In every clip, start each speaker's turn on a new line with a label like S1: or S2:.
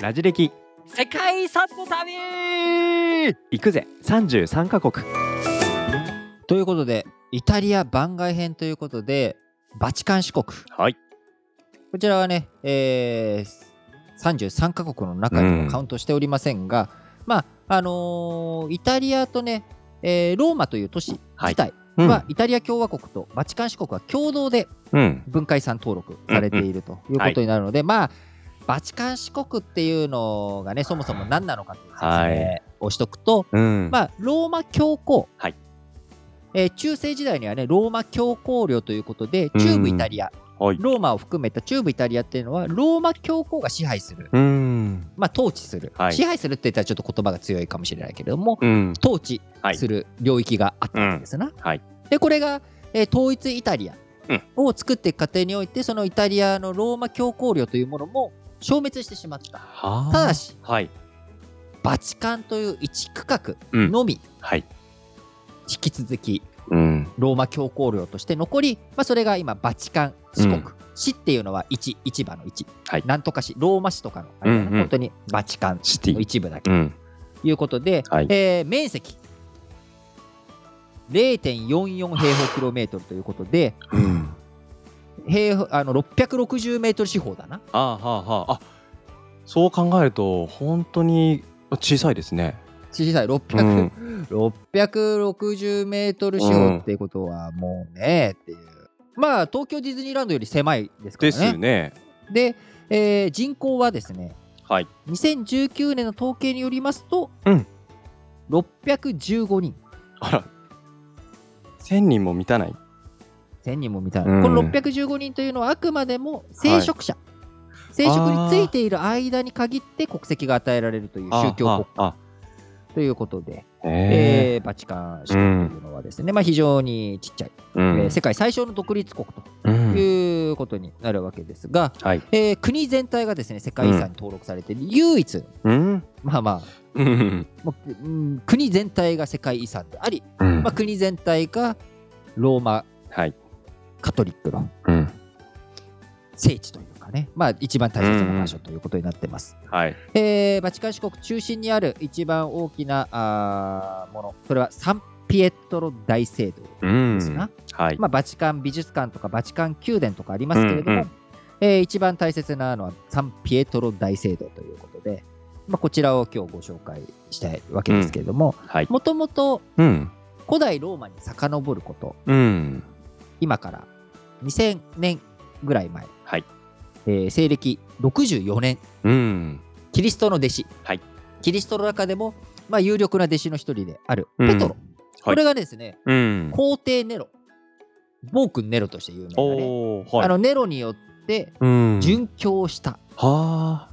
S1: ラジ歴
S2: 世界遺産の旅
S1: 行くぜ33カ国
S3: ということでイタリア番外編ということでバチカン市国
S1: はい
S3: こちらはね、えー、33カ国の中にもカウントしておりませんが、まああのーイタリアとね、えーローマという都市自体
S1: う
S3: は、
S1: ん、
S3: イタリア共和国とバチカン市国は共同で
S1: うん、
S3: 文化遺産登録されているということになるので、まあバチカン市国っていうのがねそもそも何なのかという説
S1: はい
S3: 明をしとくと、
S1: うん、
S3: まあ、ローマ教皇、
S1: はい
S3: えー中世時代にはねローマ教皇領ということで
S1: うん
S3: 中部イタリア、
S1: はい
S3: ローマを含めた中部イタリアっていうのはローマ教皇が支配する、
S1: うん、
S3: まあ、統治する、
S1: はい
S3: 支配するって言ったらちょっと言葉が強いかもしれないけれども、
S1: うん、
S3: 統治する領域があったんですな。
S1: はい
S3: でこれが、えー統一イタリア
S1: うん
S3: を作っていく過程においてそのイタリアのローマ教皇領というものも消滅してしまった。
S1: は
S3: ただし
S1: はい、
S3: バチカンという一区画
S1: うん、
S3: のみ
S1: はい、
S3: 引き続き
S1: うん、
S3: ローマ教皇領として残り、まあ、それが今バチカン四国、
S1: うん
S3: 市っていうのは1市場の1、
S1: はい
S3: なんとか市ローマ市とかのあれだな、
S1: うんうん
S3: 本当にバチカン
S1: シテ
S3: の
S1: ィ、
S3: 一部だけ
S1: う
S3: と
S1: ん、
S3: いうことで、
S1: はい
S3: えー面積0.44平方キロメートルということで
S1: うん、
S3: 平方あの660メートル四方だな
S1: あはあはあ、あ、そう考えると本当に小さいですね。
S3: 小さい600、
S1: うん
S3: 660メートル四方っていうことはもうねっていう、まあ東京ディズニーランドより狭いですから
S1: ですね。
S3: で、えー人口はですね
S1: はい。
S3: 2019年の統計によりますと、
S1: うん
S3: 615人
S1: あら、千人も満たない。
S3: 1000人もみたいな、
S1: うん
S3: この615人というのはあくまでも聖職者、聖職についている間に限って国籍が与えられるという宗教国
S1: あ、あ、
S3: ということで、
S1: あ
S3: え
S1: え
S3: ーバチカン市国というのはですね、まあ、非常にちっちゃい、
S1: えう
S3: え
S1: ん
S3: ー世界最小の独立国と
S1: うん、
S3: いうことになるわけですが、
S1: はい。
S3: えー国全体がですね世界遺産に登録されている唯一、
S1: うん、
S3: まあまあ
S1: うん、
S3: もううん国全体が世界遺産であり、
S1: うん
S3: まあ、国全体がローマ
S1: はい。
S3: カトリックの
S1: うん、
S3: 聖地というかね、まあ、一番大切な場所ということになってます。
S1: はい。
S3: えーバチカン市国中心にある一番大きなあーもの、それはサンピエトロ大聖堂
S1: う
S3: ですな。
S1: ん、はい。
S3: まあ、バチカン美術館とかバチカン宮殿とかありますけれども、
S1: うんうん
S3: えー一番大切なのはサンピエトロ大聖堂ということで、まあ、こちらを今日ご紹介したいわけですけれども、
S1: はい。
S3: もともと
S1: うん、
S3: 古代ローマに遡ること
S1: うん、
S3: 今から2000年ぐらい前、
S1: はい
S3: えー西暦64年
S1: うん、
S3: キリストの弟子、
S1: はい
S3: キリストの中でも、まあ、有力な弟子の一人である
S1: うん
S3: ペトロ、これがですね
S1: うん。
S3: 皇帝ネロ暴君ネロとして有名な、ね
S1: おお、はい。
S3: あのネロによって
S1: うん、
S3: 殉教した、
S1: はあ、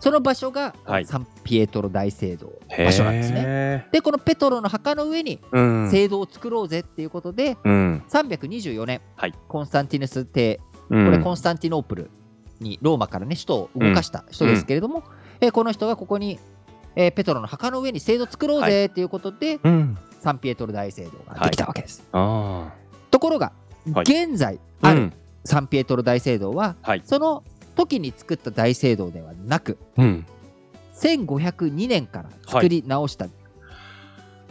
S3: その場所が
S1: はい
S3: サンピエトロ大聖堂
S1: へー
S3: 場所なんですね。。でこのペトロの墓の上に
S1: うん、
S3: 聖堂を作ろうぜっていうことで、
S1: うん、
S3: 324年、
S1: はい
S3: コンスタンティヌス帝
S1: こ
S3: これコンスタンティノープルにローマからね首都を動かした人ですけれども、えーこの人がここに、えーペトロの墓の上に聖堂作ろうぜということで、
S1: うん、
S3: サンピエトロ大聖堂ができたわけです、
S1: あ
S3: ところが、
S1: はい
S3: 現在
S1: あ、
S3: あるサンピエトロ大聖堂は、
S1: はい
S3: その時に作った大聖堂ではなく
S1: うん、
S3: 1502年から作り直した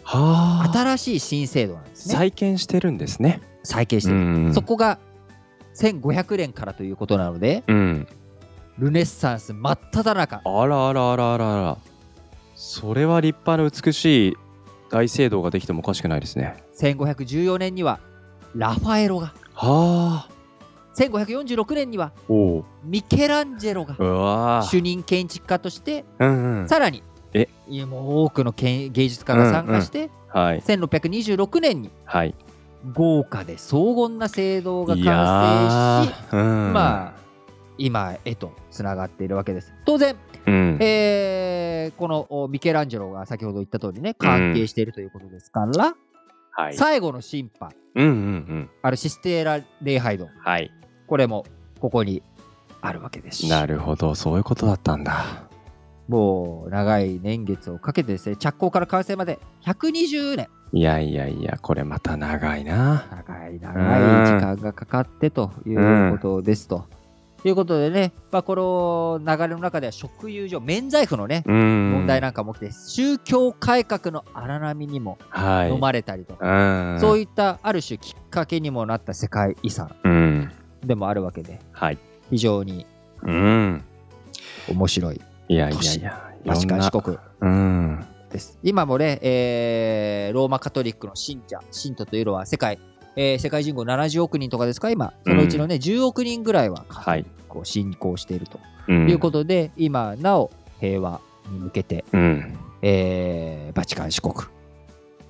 S1: はあ、
S3: 新しい新聖堂なんですね、
S1: 再建してるんですね。
S3: 再建してる、そこが1500年からということなので
S1: うん、
S3: ルネッサンス真っ只中
S1: あらあらあらあらあら。それは立派な美しい大聖堂ができてもおかしくないですね。
S3: 1514年にはラファエロが
S1: はあ、
S3: 1546年には
S1: おお、
S3: ミケランジェロが
S1: うわ
S3: 主任建築家として
S1: あ、うんうん、
S3: さらに
S1: え
S3: いやもう多くの建芸術家が参加して
S1: はい
S3: 1626年に
S1: はい。
S3: 豪華で荘厳な聖堂が
S1: いや
S3: 完成し
S1: ー、うん、
S3: まあ今へとつながっているわけです当然、
S1: うん、
S3: えーこのおミケランジェロが先ほど言った通りね関係しているということですから、
S1: はい、
S3: 最後の審判
S1: うんうんうん、
S3: あるシステーラ礼拝堂
S1: はい。
S3: これもここにあるわけですし
S1: なるほど、そういうことだったんだ。
S3: もう長い年月をかけてですね着工から完成まで120年
S1: いやいやいや、これまた長いな。
S3: 長い長い時間がかかってということですと、いうことでね、まあ、この流れの中では食友情、免罪符のね、
S1: うん
S3: 問題なんかも起きて、宗教改革の荒波にも
S1: はい
S3: 飲まれたりとか、
S1: うん
S3: そう
S1: い
S3: いったある種きっかけにもなった世界遺産
S1: う、うん、
S3: でもあるわけで、
S1: はい、
S3: 非常に
S1: うん、
S3: 面白い、
S1: いやいや
S3: 年
S1: いやいろんな
S3: 確か四国
S1: うん
S3: です。今もね、えーローマカトリックの信者、信徒というのは世界、えー世界人口70億人とかですか、今、そのうちのね、10億人ぐらいは
S1: はい、
S3: こう信仰していると
S1: うん
S3: いうことで、今なお平和に向けて、
S1: うん
S3: えーバチカン四国、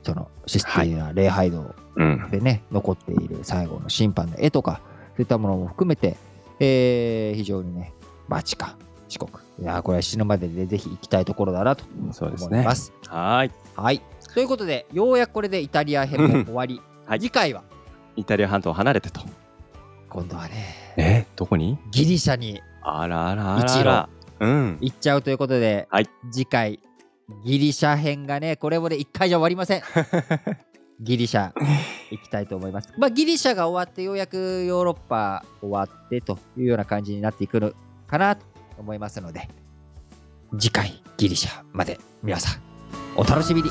S3: そのシスティーナ礼拝堂
S1: うん
S3: でね、残っている最後の審判の絵とか、そういったものも含めて、えー非常にね、バチカン四国、いやーこれは死ぬまででぜひ行きたいところだなと
S1: そうです
S3: 思い
S1: ね
S3: ます。
S1: はい
S3: はい。ということで、ようやくこれでイタリア編も終わり、
S1: はい
S3: 次回は、
S1: イタリア半島を離れてと
S3: 今度はね、
S1: えどこに
S3: ギリシャに
S1: あらあらあらあらうん
S3: 行っちゃうということで、
S1: はい
S3: 次回、ギリシャ編がね、これもね、1回じゃ終わり ません。ギリシャ行きたいと思います。まあ、ギリシャが終わって、ようやくヨーロッパ終わってというような感じになっていくのかなと思いますので、次回、ギリシャまで皆さん、お楽しみに。